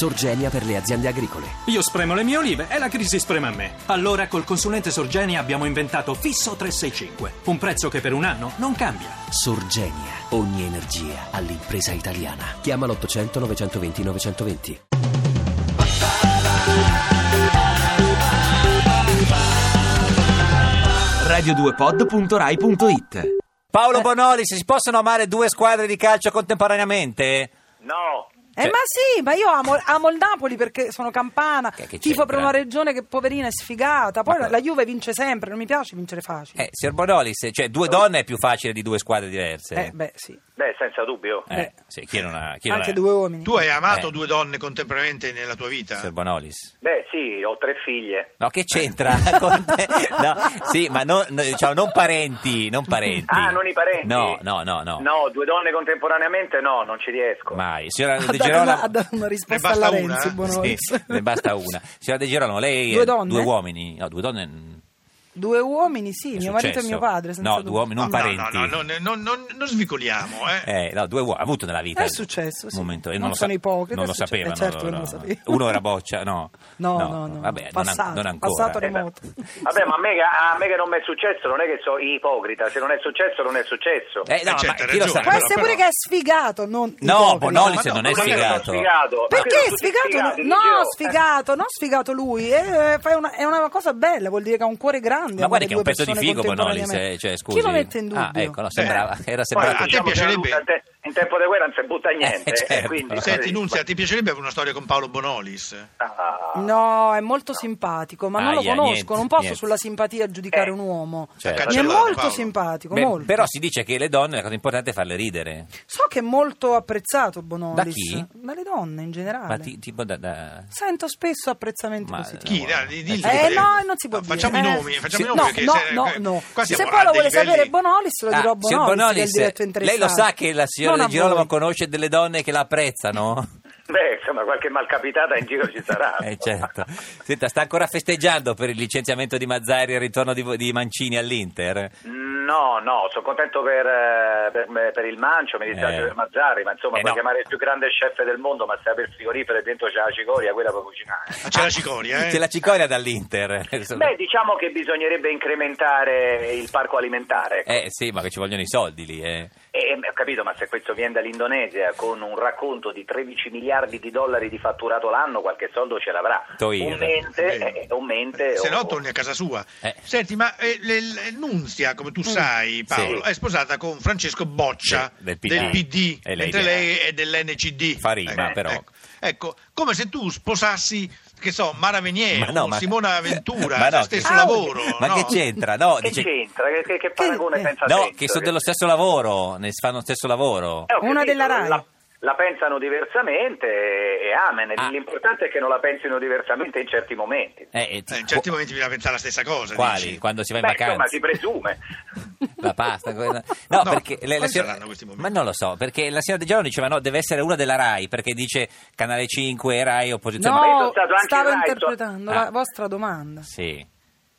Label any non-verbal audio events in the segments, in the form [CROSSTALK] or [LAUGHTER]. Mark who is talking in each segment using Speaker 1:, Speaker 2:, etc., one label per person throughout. Speaker 1: Sorgenia per le aziende agricole.
Speaker 2: Io spremo le mie olive e la crisi sprema me. Allora col consulente Sorgenia abbiamo inventato Fisso 365, un prezzo che per un anno non cambia.
Speaker 1: Sorgenia, ogni energia all'impresa italiana. Chiama l'800 920 920.
Speaker 3: radio2pod.rai.it
Speaker 4: Paolo Bonoli, se si possono amare due squadre di calcio contemporaneamente?
Speaker 5: No,
Speaker 4: Cioè
Speaker 6: Eh, ma sì, ma io amo, amo il Napoli perché sono campana,
Speaker 4: Che- che
Speaker 6: tifo per
Speaker 4: c'entra?
Speaker 6: una regione che poverina è sfigata. Poi
Speaker 4: Ma-
Speaker 6: la, la Juve vince sempre, non mi piace vincere facile.
Speaker 4: Eh, signor Bonoli, se, cioè due donne è più facile di due squadre diverse.
Speaker 6: Eh, beh, sì.
Speaker 5: beh, senza dubbio.
Speaker 4: Eh,
Speaker 6: beh.
Speaker 4: sì, chi non ha- chi non
Speaker 6: Anche
Speaker 4: ha-
Speaker 6: due uomini.
Speaker 7: Tu hai amato
Speaker 4: Eh.
Speaker 7: due donne contemporaneamente nella tua vita?
Speaker 4: Signor Bonolis.
Speaker 5: Beh, sì, ho tre figlie.
Speaker 4: No, che c'entra [LAUGHS] con te? No, sì, ma non, no, diciamo, non parenti, non parenti.
Speaker 5: Ah, non i parenti?
Speaker 4: No, no, no, no.
Speaker 5: No, due donne contemporaneamente no, non ci riesco.
Speaker 4: Mai. Signora
Speaker 6: [LAUGHS] Ha
Speaker 4: De
Speaker 6: dato, una, ha
Speaker 4: Girolamo...
Speaker 6: dato una risposta
Speaker 7: Ne
Speaker 6: alla
Speaker 7: basta
Speaker 6: Renzi,
Speaker 7: una?
Speaker 6: Bonolis.
Speaker 4: Sì, ne basta una. Signora De Girolamo, lei...
Speaker 6: Due
Speaker 4: eh,
Speaker 6: donne?
Speaker 4: Due uomini. No, due donne... mm,
Speaker 6: [LAUGHS] Due uomini, sì,
Speaker 4: è
Speaker 6: mio marito e
Speaker 4: successo.
Speaker 6: mio padre. senza
Speaker 4: No,
Speaker 6: dubbio. Ah,
Speaker 4: due uomini, non
Speaker 7: No,
Speaker 4: parenti.
Speaker 7: No, no, no, no, non, non- non svicoliamo, eh.
Speaker 4: Eh, no, due uomini, ha avuto nella vita.
Speaker 6: È successo, sì.
Speaker 4: Un momento, e
Speaker 6: Non
Speaker 4: lo
Speaker 6: sono ipocrita,
Speaker 4: Non lo
Speaker 6: è successo.
Speaker 4: sapevano.
Speaker 6: Eh, certo che
Speaker 4: no,
Speaker 6: non lo
Speaker 4: no, no.
Speaker 6: sapevo.
Speaker 4: Uno era boccia, no.
Speaker 6: No, no, no.
Speaker 4: Vabbè, non an-
Speaker 6: passato,
Speaker 4: non ancora.
Speaker 6: passato
Speaker 5: Eh,
Speaker 4: [LAUGHS]
Speaker 5: beh.
Speaker 6: remoto.
Speaker 5: Vabbè, ma a me, a me che non mi è successo, non è che sono ipocrita, se non è successo non è successo.
Speaker 4: Eh, no,
Speaker 7: Eh, certo,
Speaker 4: ma
Speaker 7: hai
Speaker 4: chi lo sa?
Speaker 6: Può
Speaker 7: ragione, però-
Speaker 6: essere pure che è sfigato, non
Speaker 4: No,
Speaker 6: ipocrita.
Speaker 4: Bonolis
Speaker 7: Ma no,
Speaker 4: non è
Speaker 7: ma perché non
Speaker 4: sfigato.
Speaker 6: Perché
Speaker 5: Sono
Speaker 6: è
Speaker 5: Oh, tutti
Speaker 6: sfigato?
Speaker 5: sfigati,
Speaker 6: no,
Speaker 5: dicevo.
Speaker 6: sfigato, non sfigato lui. Eh, fai una- è una cosa bella, vuol dire che ha un cuore grande.
Speaker 4: Ma guarda
Speaker 6: avere
Speaker 4: che è un
Speaker 6: due
Speaker 4: pezzo di
Speaker 6: persone
Speaker 4: figo Bonolis,
Speaker 6: contemporaneamente.
Speaker 4: eh, cioè, scusi.
Speaker 6: Chi lo mette in dubbio?
Speaker 4: Ah, ecco, no,
Speaker 7: Eh.
Speaker 4: sembrava, era
Speaker 7: Poi,
Speaker 4: sembrato...
Speaker 7: a te
Speaker 5: Diciamo che la
Speaker 7: piacerebbe-
Speaker 5: Lusa in te- in tempo di guerra non si butta niente.
Speaker 4: Eh, certo.
Speaker 5: quindi-
Speaker 7: Senti, Nunzia, ti piacerebbe avere una storia con Paolo Bonolis?
Speaker 5: Ah,
Speaker 6: No, è molto simpatico, ma non lo
Speaker 4: Aia,
Speaker 6: conosco,
Speaker 4: niente,
Speaker 6: non posso
Speaker 4: niente.
Speaker 6: sulla simpatia giudicare
Speaker 5: Eh.
Speaker 6: un uomo.
Speaker 4: Certo.
Speaker 6: Mi è
Speaker 7: Cancellato,
Speaker 6: molto
Speaker 7: Paolo.
Speaker 6: simpatico,
Speaker 4: Beh,
Speaker 6: molto.
Speaker 4: però si dice che le donne la cosa importante è farle ridere.
Speaker 6: So che è molto apprezzato Bonolis.
Speaker 4: Da chi?
Speaker 6: Dalle donne in generale.
Speaker 4: Ma ti- tipo da... da-
Speaker 6: Sento spesso apprezzamenti
Speaker 4: Ma-
Speaker 6: positivi.
Speaker 7: Chi? Dai, di- dillo.
Speaker 6: Eh, no, non si può
Speaker 7: No,
Speaker 6: dire.
Speaker 7: Facciamo
Speaker 6: eh.
Speaker 7: i nomi, facciamo
Speaker 6: Sì,
Speaker 7: i nomi
Speaker 6: no,
Speaker 7: perché
Speaker 6: no,
Speaker 7: se,
Speaker 6: no,
Speaker 7: eh,
Speaker 6: no.
Speaker 7: qua
Speaker 6: Se
Speaker 7: siamo
Speaker 6: poi
Speaker 7: a
Speaker 6: lo
Speaker 7: dei
Speaker 6: vuole
Speaker 7: livelli-
Speaker 6: sapere Bonolis, lo
Speaker 4: Ah,
Speaker 6: dirò a
Speaker 4: signor
Speaker 6: Bonolis, che è il
Speaker 4: Bonolis,
Speaker 6: diretto
Speaker 4: lei
Speaker 6: interessato.
Speaker 4: lo sa che la signora
Speaker 6: Non a
Speaker 4: De Girolamo
Speaker 6: voi.
Speaker 4: conosce delle donne che la apprezzano?
Speaker 7: [LAUGHS]
Speaker 5: Beh, insomma, qualche malcapitata in giro ci sarà.
Speaker 4: Eh certo. Senta, sta ancora festeggiando per il licenziamento di Mazzari e il ritorno di, di Mancini all'Inter?
Speaker 5: No, no, sono contento per, eh, per- per il Mancio, mi dispiace
Speaker 4: Eh.
Speaker 5: per Mazzari, ma insomma,
Speaker 4: Eh,
Speaker 5: puoi
Speaker 4: no.
Speaker 5: chiamare il più grande chef del mondo, ma se apri il frigorifero e dentro c'è la cicoria, quella puoi cucinare.
Speaker 7: Ah, C'è la cicoria, eh?
Speaker 4: C'è la cicoria dall'Inter.
Speaker 5: Beh, diciamo che bisognerebbe incrementare il parco alimentare. ecco.
Speaker 4: Eh sì, ma che ci vogliono i soldi lì, eh.
Speaker 5: Eh, beh, ho capito, ma se questo viene dall'Indonesia con un racconto di 13 miliardi di dollari di fatturato l'anno, qualche soldo ce l'avrà.
Speaker 4: Toira.
Speaker 5: Un mente,
Speaker 7: Eh,
Speaker 5: eh, un mente
Speaker 7: Se
Speaker 5: o-
Speaker 7: no torni a casa sua.
Speaker 4: Eh.
Speaker 7: Senti, ma eh, le- le- Nunzia, come tu sai, Paolo,
Speaker 4: Sì.
Speaker 7: è sposata con Francesco Boccia
Speaker 4: Sì, del PD.
Speaker 7: PD,
Speaker 4: E lei
Speaker 7: mentre
Speaker 4: che-
Speaker 7: lei è dell'NCD.
Speaker 4: Fa rima, però.
Speaker 7: Ecco. Ecco, come se tu sposassi, che so, Mara Venier
Speaker 4: Ma no,
Speaker 7: Eh, o
Speaker 4: ma-
Speaker 7: Simona Ventura,
Speaker 4: [LAUGHS] Ma no,
Speaker 7: stesso
Speaker 4: che-
Speaker 7: lavoro.
Speaker 4: Ma
Speaker 7: no?
Speaker 4: che c'entra? No,
Speaker 5: [LAUGHS] Che
Speaker 4: dice-
Speaker 5: c'entra? Che, che- che paragone
Speaker 6: eh,
Speaker 5: senza
Speaker 4: no,
Speaker 5: senso?
Speaker 4: che sono dello stesso lavoro, ne fanno lo stesso lavoro.
Speaker 5: Eh, ho
Speaker 6: Una della Rai.
Speaker 5: La, la pensano diversamente e, e amen.
Speaker 4: Ah.
Speaker 5: L'importante è che non la pensino diversamente in certi momenti.
Speaker 4: Eh, e ti-
Speaker 7: Eh, in certi momenti bisogna pensare la stessa cosa.
Speaker 4: Quali?
Speaker 7: dici. Eh,
Speaker 4: Quando si va in
Speaker 5: Beh,
Speaker 4: vacanza?
Speaker 5: insomma,
Speaker 4: [LAUGHS]
Speaker 5: si presume.
Speaker 4: la pasta quella- no,
Speaker 7: [LAUGHS] No,
Speaker 4: perché le- la
Speaker 7: quali
Speaker 4: signora-
Speaker 7: saranno questi momenti?
Speaker 4: ma non lo so perché la signora De Giorno diceva no deve essere una della Rai perché dice canale 5 Rai opposizione Ma-
Speaker 5: io sono
Speaker 6: No,
Speaker 5: stato anche
Speaker 6: stavo
Speaker 5: in Rai,
Speaker 6: interpretando
Speaker 4: so-
Speaker 6: la
Speaker 4: [LAUGHS]
Speaker 6: vostra domanda.
Speaker 4: sì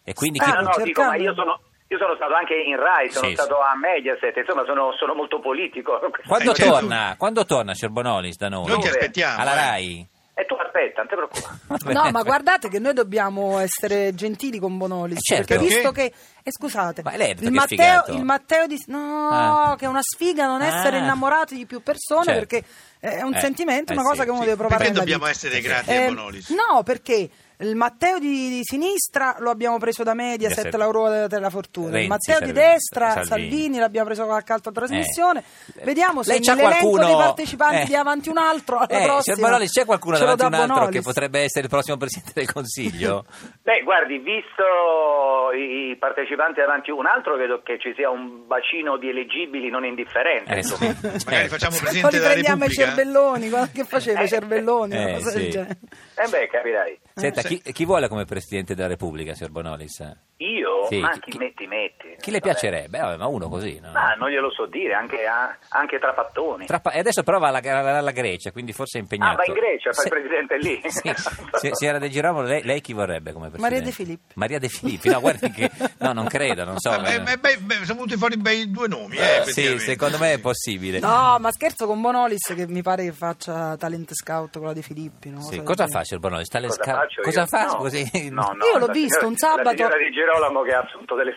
Speaker 4: e quindi
Speaker 6: Ah,
Speaker 4: chi-
Speaker 5: No, no, dico, ma io
Speaker 6: cercando.
Speaker 5: sono... Io sono stato anche in Rai, sono
Speaker 4: Sì,
Speaker 5: stato a Mediaset, insomma sono, sono
Speaker 4: [LAUGHS]
Speaker 5: molto politico.
Speaker 4: quando
Speaker 7: Eh, certo.
Speaker 4: torna quando torna signor Bonolis da noi
Speaker 7: Noi ti
Speaker 5: Dove?
Speaker 7: aspettiamo.
Speaker 4: alla
Speaker 7: eh.
Speaker 4: Rai
Speaker 5: E tu aspetta, non ti preoccupare.
Speaker 4: [LAUGHS]
Speaker 6: No, ma guardate che noi dobbiamo essere gentili con Bonolis.
Speaker 4: Eh, certo.
Speaker 6: Perché visto
Speaker 7: Perché?
Speaker 6: che. eh, scusate,
Speaker 4: Ma lei ha detto
Speaker 6: il,
Speaker 4: che è
Speaker 6: Matteo,
Speaker 4: sfigato.
Speaker 6: il Matteo di. No,
Speaker 4: Ah.
Speaker 6: che è una sfiga non essere
Speaker 4: Ah.
Speaker 6: innamorati di più persone
Speaker 4: Certo.
Speaker 6: perché è un
Speaker 4: Eh,
Speaker 6: sentimento,
Speaker 4: eh,
Speaker 6: una
Speaker 4: sì,
Speaker 6: cosa che uno
Speaker 7: Sì,
Speaker 6: deve provare
Speaker 7: Perché
Speaker 6: nella
Speaker 7: dobbiamo
Speaker 6: vita.
Speaker 7: essere grati a
Speaker 6: Eh,
Speaker 7: Bonolis?
Speaker 6: no, perché il Matteo di, di sinistra lo abbiamo preso da Mediaset,
Speaker 4: Mediaset.
Speaker 6: l'Aurora della, della Fortuna.
Speaker 4: Renzi,
Speaker 6: il Matteo di
Speaker 4: Salvini,
Speaker 6: destra,
Speaker 4: Salvini.
Speaker 6: Salvini. l'abbiamo preso con qualche altra trasmissione.
Speaker 4: Eh.
Speaker 6: Vediamo se
Speaker 4: Lei c'ha
Speaker 6: nell'elenco
Speaker 4: qualcuno
Speaker 6: dei partecipanti
Speaker 4: eh.
Speaker 6: di avanti un altro alla
Speaker 4: eh, signor
Speaker 6: prossima
Speaker 4: Bonolis c'è qualcuno
Speaker 6: ce lo
Speaker 4: davanti un
Speaker 6: dà
Speaker 4: altro che
Speaker 6: Bonolis.
Speaker 4: potrebbe essere il prossimo Presidente del Consiglio
Speaker 6: [LAUGHS]
Speaker 5: Beh, guardi, visto i i partecipanti davanti un altro, credo che ci sia un bacino di eleggibili non indifferente.
Speaker 4: Eh,
Speaker 5: insomma.
Speaker 4: sì,
Speaker 7: Magari
Speaker 4: certo.
Speaker 7: facciamo
Speaker 6: Poi
Speaker 7: presente della
Speaker 6: riprendiamo i
Speaker 7: Repubblica.
Speaker 6: cervelloni, guarda che faceva i cervelloni,
Speaker 4: Eh,
Speaker 6: una cosa
Speaker 4: sì.
Speaker 6: del genere.
Speaker 5: Eh beh, capirai.
Speaker 4: Senta,
Speaker 7: Eh, sì.
Speaker 4: chi, chi vuole come Presidente della Repubblica signor Bonolis?
Speaker 5: Io?
Speaker 4: Sì,
Speaker 5: ma
Speaker 4: chi-
Speaker 5: chi,
Speaker 4: chi-
Speaker 5: metti, metti.
Speaker 4: Chi le
Speaker 5: Vabbè.
Speaker 4: piacerebbe? Eh, vabbè, ma uno così, no?
Speaker 5: Ma non glielo so dire, anche, a- anche Trapattoni.
Speaker 4: Tra pa- e adesso però va alla, alla- alla Grecia, quindi forse è impegnato.
Speaker 5: Ah, va in Grecia, fa il
Speaker 4: Se-
Speaker 5: presidente lì. [LAUGHS]
Speaker 4: Sì. Si- Signora De Girolamo, lei, lei chi vorrebbe come presidente?
Speaker 6: Maria De Filippi.
Speaker 4: Maria De Filippi, no, guardi che... No, non credo, non
Speaker 5: [LAUGHS]
Speaker 4: so.
Speaker 7: Vabbè, beh, eh, beh, beh, sono venuti fuori bei due nomi, eh,
Speaker 4: sì,
Speaker 7: effettivamente.
Speaker 4: secondo me è possibile.
Speaker 6: No, ma scherzo con Bonolis che mi pare che faccia talent scout quella di Filippi. no?
Speaker 4: Sì,
Speaker 6: Cosa
Speaker 4: cosa
Speaker 6: del
Speaker 4: fa Cerbonolis? Sta alle
Speaker 5: Cosa
Speaker 4: sca-
Speaker 5: faccio
Speaker 4: cosa
Speaker 5: io?
Speaker 4: fa?
Speaker 5: No.
Speaker 4: Così?
Speaker 5: No, no,
Speaker 6: Io l'ho
Speaker 5: la
Speaker 6: visto
Speaker 5: signora-
Speaker 6: un sabato-
Speaker 5: La signora di Girolamo che ha assunto delle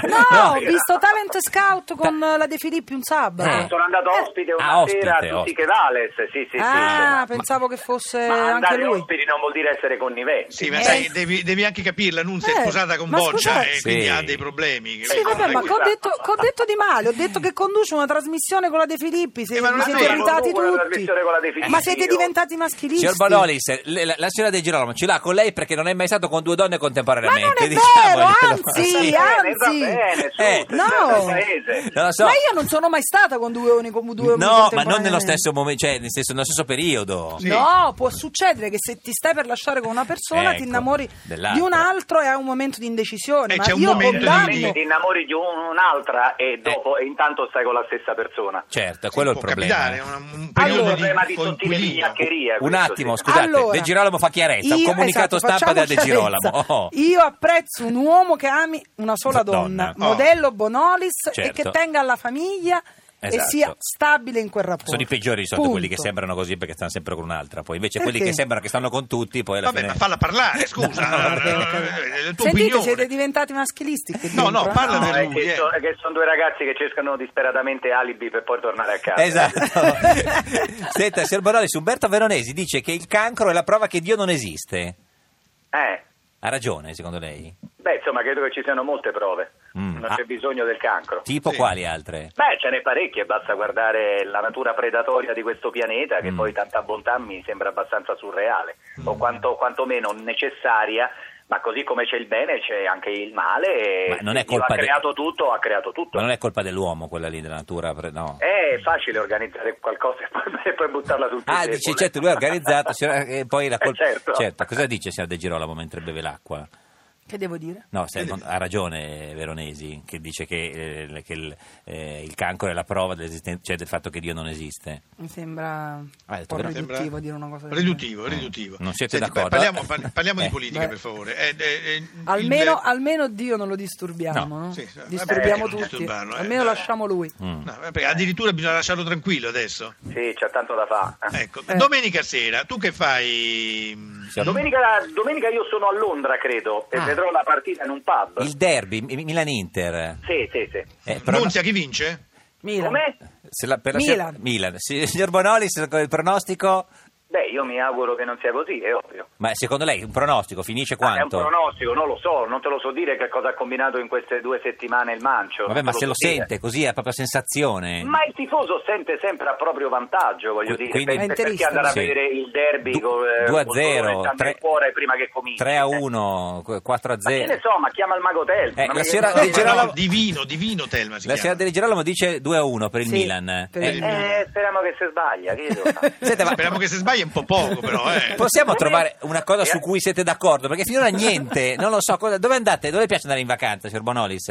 Speaker 4: [LAUGHS]
Speaker 6: genere. [LAUGHS] No, ho visto talent scout con la De Filippi un sabato.
Speaker 5: Ah,
Speaker 4: Eh.
Speaker 5: sono andato ospite una
Speaker 4: Ah, ospite,
Speaker 5: sera a tutti
Speaker 4: ospite.
Speaker 5: che vales, sì, sì, sì.
Speaker 6: ah,
Speaker 5: insomma.
Speaker 6: pensavo che fosse
Speaker 5: Ma
Speaker 6: anche
Speaker 5: andare
Speaker 6: lui.
Speaker 5: ospiti non vuol dire essere conniventi.
Speaker 7: Sì, ma
Speaker 6: Eh.
Speaker 7: sai, devi, devi anche capirla, Nunzia
Speaker 6: Eh,
Speaker 7: è sposata con
Speaker 6: ma
Speaker 7: Boccia
Speaker 6: scusate.
Speaker 7: e
Speaker 4: Sì.
Speaker 7: quindi ha dei problemi. che
Speaker 6: Sì,
Speaker 7: vengono
Speaker 6: vabbè,
Speaker 7: da
Speaker 6: ma
Speaker 7: qui.
Speaker 6: che ho detto, che ho detto di male, ho detto che conduce una trasmissione con la De Filippi, se
Speaker 7: Eh, ma non
Speaker 6: vi
Speaker 7: è
Speaker 6: siete
Speaker 7: vero.
Speaker 6: irritati
Speaker 5: Conduco una
Speaker 6: tutti.
Speaker 5: trasmissione con la De Filippi,
Speaker 6: Ma siete
Speaker 5: io.
Speaker 6: diventati maschilisti.
Speaker 4: Signor Bonolis, le- la, la signora De Girolamo ce l'ha con lei perché non è mai stato con due donne
Speaker 6: Ma non
Speaker 4: [LAUGHS] contemporaneamente. diciamo,
Speaker 6: è
Speaker 4: diciamoglielo.
Speaker 6: vero, anzi,
Speaker 5: Va bene, eh, va
Speaker 6: anzi.
Speaker 5: bene, su,
Speaker 4: Eh.
Speaker 5: se
Speaker 6: No.
Speaker 5: sei del paese.
Speaker 4: Non lo so.
Speaker 6: Ma io non sono mai stata con due uomini con due uomini
Speaker 4: No, ma non nello
Speaker 6: contemporaneamente.
Speaker 4: stesso momento, cioè nel senso, nello stesso periodo.
Speaker 7: Sì.
Speaker 6: No, può succedere che se ti stai per lasciare con una persona ti
Speaker 4: Ecco,
Speaker 6: innamori di
Speaker 4: dell'altro.
Speaker 6: un altro e hai un momento di indecisione.
Speaker 7: Eh,
Speaker 6: ma
Speaker 7: c'è un
Speaker 6: io
Speaker 7: momento di
Speaker 6: condanno-
Speaker 7: indecisione.
Speaker 5: Cioè, Ti innamori di un- un'altra
Speaker 4: Eh.
Speaker 5: e dopo e intanto stai con la stessa persona.
Speaker 4: Certo, è quello è il
Speaker 7: Può
Speaker 4: problema.
Speaker 7: capitare, è un, un
Speaker 5: È un
Speaker 7: periodo
Speaker 6: Allora-
Speaker 5: problema di
Speaker 7: di
Speaker 5: sottile
Speaker 7: coinquilino.
Speaker 5: vignaccheria.
Speaker 4: Un
Speaker 5: questo,
Speaker 4: attimo,
Speaker 5: sì.
Speaker 4: scusate,
Speaker 6: Allora,
Speaker 4: De Girolamo fa chiarezza, un
Speaker 6: io-
Speaker 4: comunicato
Speaker 6: esatto,
Speaker 4: stampa
Speaker 6: facciamo
Speaker 4: della De Girolamo.
Speaker 6: chiarezza.
Speaker 4: Oh.
Speaker 6: Io apprezzo un uomo che ami una sola
Speaker 4: Donna.
Speaker 6: donna,
Speaker 7: Oh.
Speaker 6: modello Bonolis e
Speaker 4: Certo.
Speaker 6: che tenga alla famiglia e
Speaker 4: Esatto.
Speaker 6: sia stabile in quel rapporto.
Speaker 4: Sono i peggiori di solito
Speaker 6: Punto.
Speaker 4: quelli che sembrano così perché stanno sempre con un'altra, poi invece quelli
Speaker 6: Perché?
Speaker 4: che sembrano che stanno con tutti, poi alla
Speaker 7: Vabbè,
Speaker 4: fine
Speaker 7: ma falla parlare, scusa.
Speaker 4: [LAUGHS] No, no, no,
Speaker 7: eh, eh, È la tua
Speaker 6: Sentite,
Speaker 7: opinione.
Speaker 6: siete diventati maschilisti. qui
Speaker 7: No, no,
Speaker 6: dentro, eh?
Speaker 7: parla
Speaker 5: No,
Speaker 7: del-
Speaker 5: è
Speaker 7: lui,
Speaker 5: che,
Speaker 7: eh.
Speaker 5: so- è che sono due ragazzi che cercano disperatamente alibi per poi tornare a casa. [LAUGHS]
Speaker 4: Esatto. [LAUGHS] Senta, signor Bonolis, Umberto Veronesi dice che il cancro è la prova che Dio non esiste.
Speaker 5: Eh,
Speaker 4: Ha ragione, secondo lei?
Speaker 5: beh, insomma, credo che ci siano molte prove.
Speaker 4: Mm,
Speaker 5: non
Speaker 4: ah.
Speaker 5: c'è bisogno del cancro.
Speaker 4: Tipo
Speaker 7: Sì.
Speaker 4: quali altre?
Speaker 5: Beh, ce n'è parecchie, basta guardare la natura predatoria di questo pianeta, che
Speaker 4: Mm.
Speaker 5: poi tanta bontà mi sembra abbastanza surreale, o quanto, quantomeno necessaria, ma così come c'è il bene c'è anche il male, e
Speaker 4: Ma non è
Speaker 5: se Dio
Speaker 4: colpa
Speaker 5: ha
Speaker 4: de-
Speaker 5: creato tutto, ha creato tutto.
Speaker 4: Ma non è colpa dell'uomo quella lì della natura, pre- no.
Speaker 5: È facile organizzare qualcosa [LAUGHS] e poi, e poi buttarla sul
Speaker 4: Ah,
Speaker 5: piede.
Speaker 4: dice, certo, lui ha organizzato, signora- e poi la
Speaker 5: Eh,
Speaker 4: colpa...
Speaker 5: certo.
Speaker 4: cosa dice signor De Girolamo mentre beve l'acqua?
Speaker 6: Che devo dire?
Speaker 4: No,
Speaker 5: Eh,
Speaker 4: se- ha ragione Veronesi, che dice che, eh, che il, eh, il cancro è la prova dell'esisten- cioè del fatto che Dio non esiste.
Speaker 6: Mi sembra
Speaker 4: Ah, hai
Speaker 6: un
Speaker 4: detto
Speaker 6: po'
Speaker 4: vero?
Speaker 6: riduttivo dire una cosa del genere.
Speaker 7: Riduttivo, riduttivo.
Speaker 4: Non siete
Speaker 7: Senti,
Speaker 4: d'accordo?
Speaker 7: Parliamo, par- parliamo
Speaker 4: Eh.
Speaker 7: di politica,
Speaker 6: Beh.
Speaker 7: per favore. Eh, eh, eh,
Speaker 6: Almeno,
Speaker 7: il-
Speaker 6: almeno Dio non lo disturbiamo,
Speaker 4: No.
Speaker 6: no?
Speaker 7: Sì, sì, vabbè,
Speaker 6: disturbiamo
Speaker 7: perché non
Speaker 6: tutti,
Speaker 7: disturbarlo, eh,
Speaker 6: almeno
Speaker 7: dai.
Speaker 6: lasciamo lui.
Speaker 4: Mm.
Speaker 7: No, vabbè, addirittura bisogna lasciarlo tranquillo adesso.
Speaker 5: Sì, c'è tanto da fare.
Speaker 7: Ecco,
Speaker 6: Eh.
Speaker 7: domenica sera, tu che fai?
Speaker 4: Signor-
Speaker 5: Domenica, domenica io sono a Londra, credo, e
Speaker 4: Ah.
Speaker 5: vedrò la partita in un pub.
Speaker 4: Il derby, Mi- Milan-Inter.
Speaker 5: Sì, sì, sì.
Speaker 4: Eh, prono-
Speaker 7: Nunzia, chi vince?
Speaker 6: Milan.
Speaker 5: Com'è?
Speaker 4: se la- per la-
Speaker 6: Milan.
Speaker 4: Milan. Sì, Signor Bonolis, il pronostico?
Speaker 5: Beh, io mi auguro che non sia così, è ovvio.
Speaker 4: Ma secondo lei un pronostico finisce
Speaker 5: Ah, È un
Speaker 4: quanto?
Speaker 5: pronostico, non lo so, non te lo so dire che cosa ha combinato in queste due settimane il Mancio.
Speaker 4: Vabbè,
Speaker 5: non
Speaker 4: ma
Speaker 5: te
Speaker 4: se lo
Speaker 5: so dire.
Speaker 4: sente così è proprio sensazione.
Speaker 5: Ma il tifoso sente sempre a proprio vantaggio, voglio
Speaker 4: Qu-
Speaker 5: dire,
Speaker 4: quindi-
Speaker 5: per-
Speaker 6: È
Speaker 5: perché
Speaker 6: interista,
Speaker 5: andare a
Speaker 4: sì.
Speaker 5: vedere il derby
Speaker 4: Du-
Speaker 5: con, eh,
Speaker 4: 2 a
Speaker 5: col
Speaker 4: 0,
Speaker 5: dolore tanto nel
Speaker 4: 3
Speaker 5: cuore prima che cominci.
Speaker 4: 3 a
Speaker 5: eh.
Speaker 4: 1, 4 a
Speaker 5: Ma che
Speaker 4: 0.
Speaker 5: ne so, ma chiama il mago Telmo.
Speaker 4: Eh,
Speaker 5: ma
Speaker 4: la
Speaker 5: che-
Speaker 4: signora
Speaker 5: eh,
Speaker 4: Di Girolamo-
Speaker 7: no, divino, divino Telma si
Speaker 4: La signora
Speaker 7: chiama.
Speaker 4: Di Girolamo dice 2 a 1 per il
Speaker 6: Sì,
Speaker 4: Milan.
Speaker 6: per
Speaker 4: Eh,
Speaker 6: il
Speaker 5: eh, speriamo che si sbaglia, che io
Speaker 4: [LAUGHS]
Speaker 5: devo fare?
Speaker 4: senta, ma-
Speaker 7: Speriamo che se sbagli è un po' poco, però.
Speaker 4: [LAUGHS]
Speaker 7: Eh.
Speaker 4: Possiamo trovare una cosa
Speaker 5: Eh.
Speaker 4: su cui siete d'accordo? Perché finora niente, non lo so. cosa- dove andate? Dove piace andare in vacanza, signor Bonolis?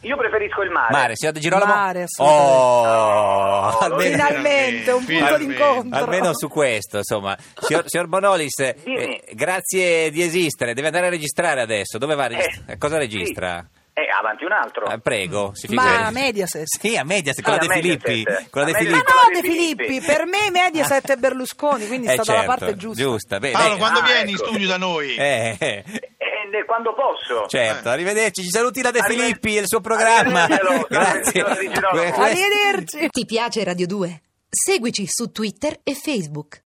Speaker 5: Io preferisco il mare.
Speaker 4: Mare, signor De Girolamo?
Speaker 6: Mare, assolutamente.
Speaker 4: oh,
Speaker 5: No,
Speaker 4: almeno,
Speaker 6: Finalmente, un punto
Speaker 7: Finalmente.
Speaker 6: d'incontro.
Speaker 4: almeno su questo, insomma. Signor, signor Bonolis, eh,
Speaker 5: Dimmi.
Speaker 4: grazie di esistere. Deve andare a registrare adesso. Dove va a registrare?
Speaker 5: Eh,
Speaker 4: Cosa registra?
Speaker 5: sì. Eh, avanti un altro.
Speaker 4: Ah, prego, si
Speaker 6: Ma
Speaker 4: figuri.
Speaker 6: Mediaset.
Speaker 4: Sì, a media,
Speaker 5: Ah,
Speaker 4: quella
Speaker 5: la
Speaker 4: De
Speaker 5: Mediaset.
Speaker 4: Filippi.
Speaker 5: La
Speaker 4: Quella De
Speaker 5: Mediaset.
Speaker 6: Ma
Speaker 4: Filippi.
Speaker 6: Ah,
Speaker 5: De
Speaker 6: no, De
Speaker 5: Filippi.
Speaker 6: Filippi, per me Mediaset è Berlusconi, quindi è
Speaker 4: Eh,
Speaker 6: stata
Speaker 4: certo,
Speaker 6: la parte giusta.
Speaker 4: beh,
Speaker 7: Paolo,
Speaker 4: lei-
Speaker 7: quando
Speaker 5: Ah,
Speaker 7: vieni
Speaker 5: ecco.
Speaker 7: in studio da noi?
Speaker 4: Eh, eh,
Speaker 5: Eh, ne- quando posso.
Speaker 7: Eh.
Speaker 4: certo, arrivederci. Ci saluti la De
Speaker 5: Arrivederci.
Speaker 4: Filippi e il suo programma.
Speaker 5: Arrivederglielo,
Speaker 4: Grazie.
Speaker 5: signor Di Girolamo.
Speaker 4: Que- que-
Speaker 6: Arrivederci.
Speaker 3: Ti piace Radio 2? Seguici su Twitter e Facebook.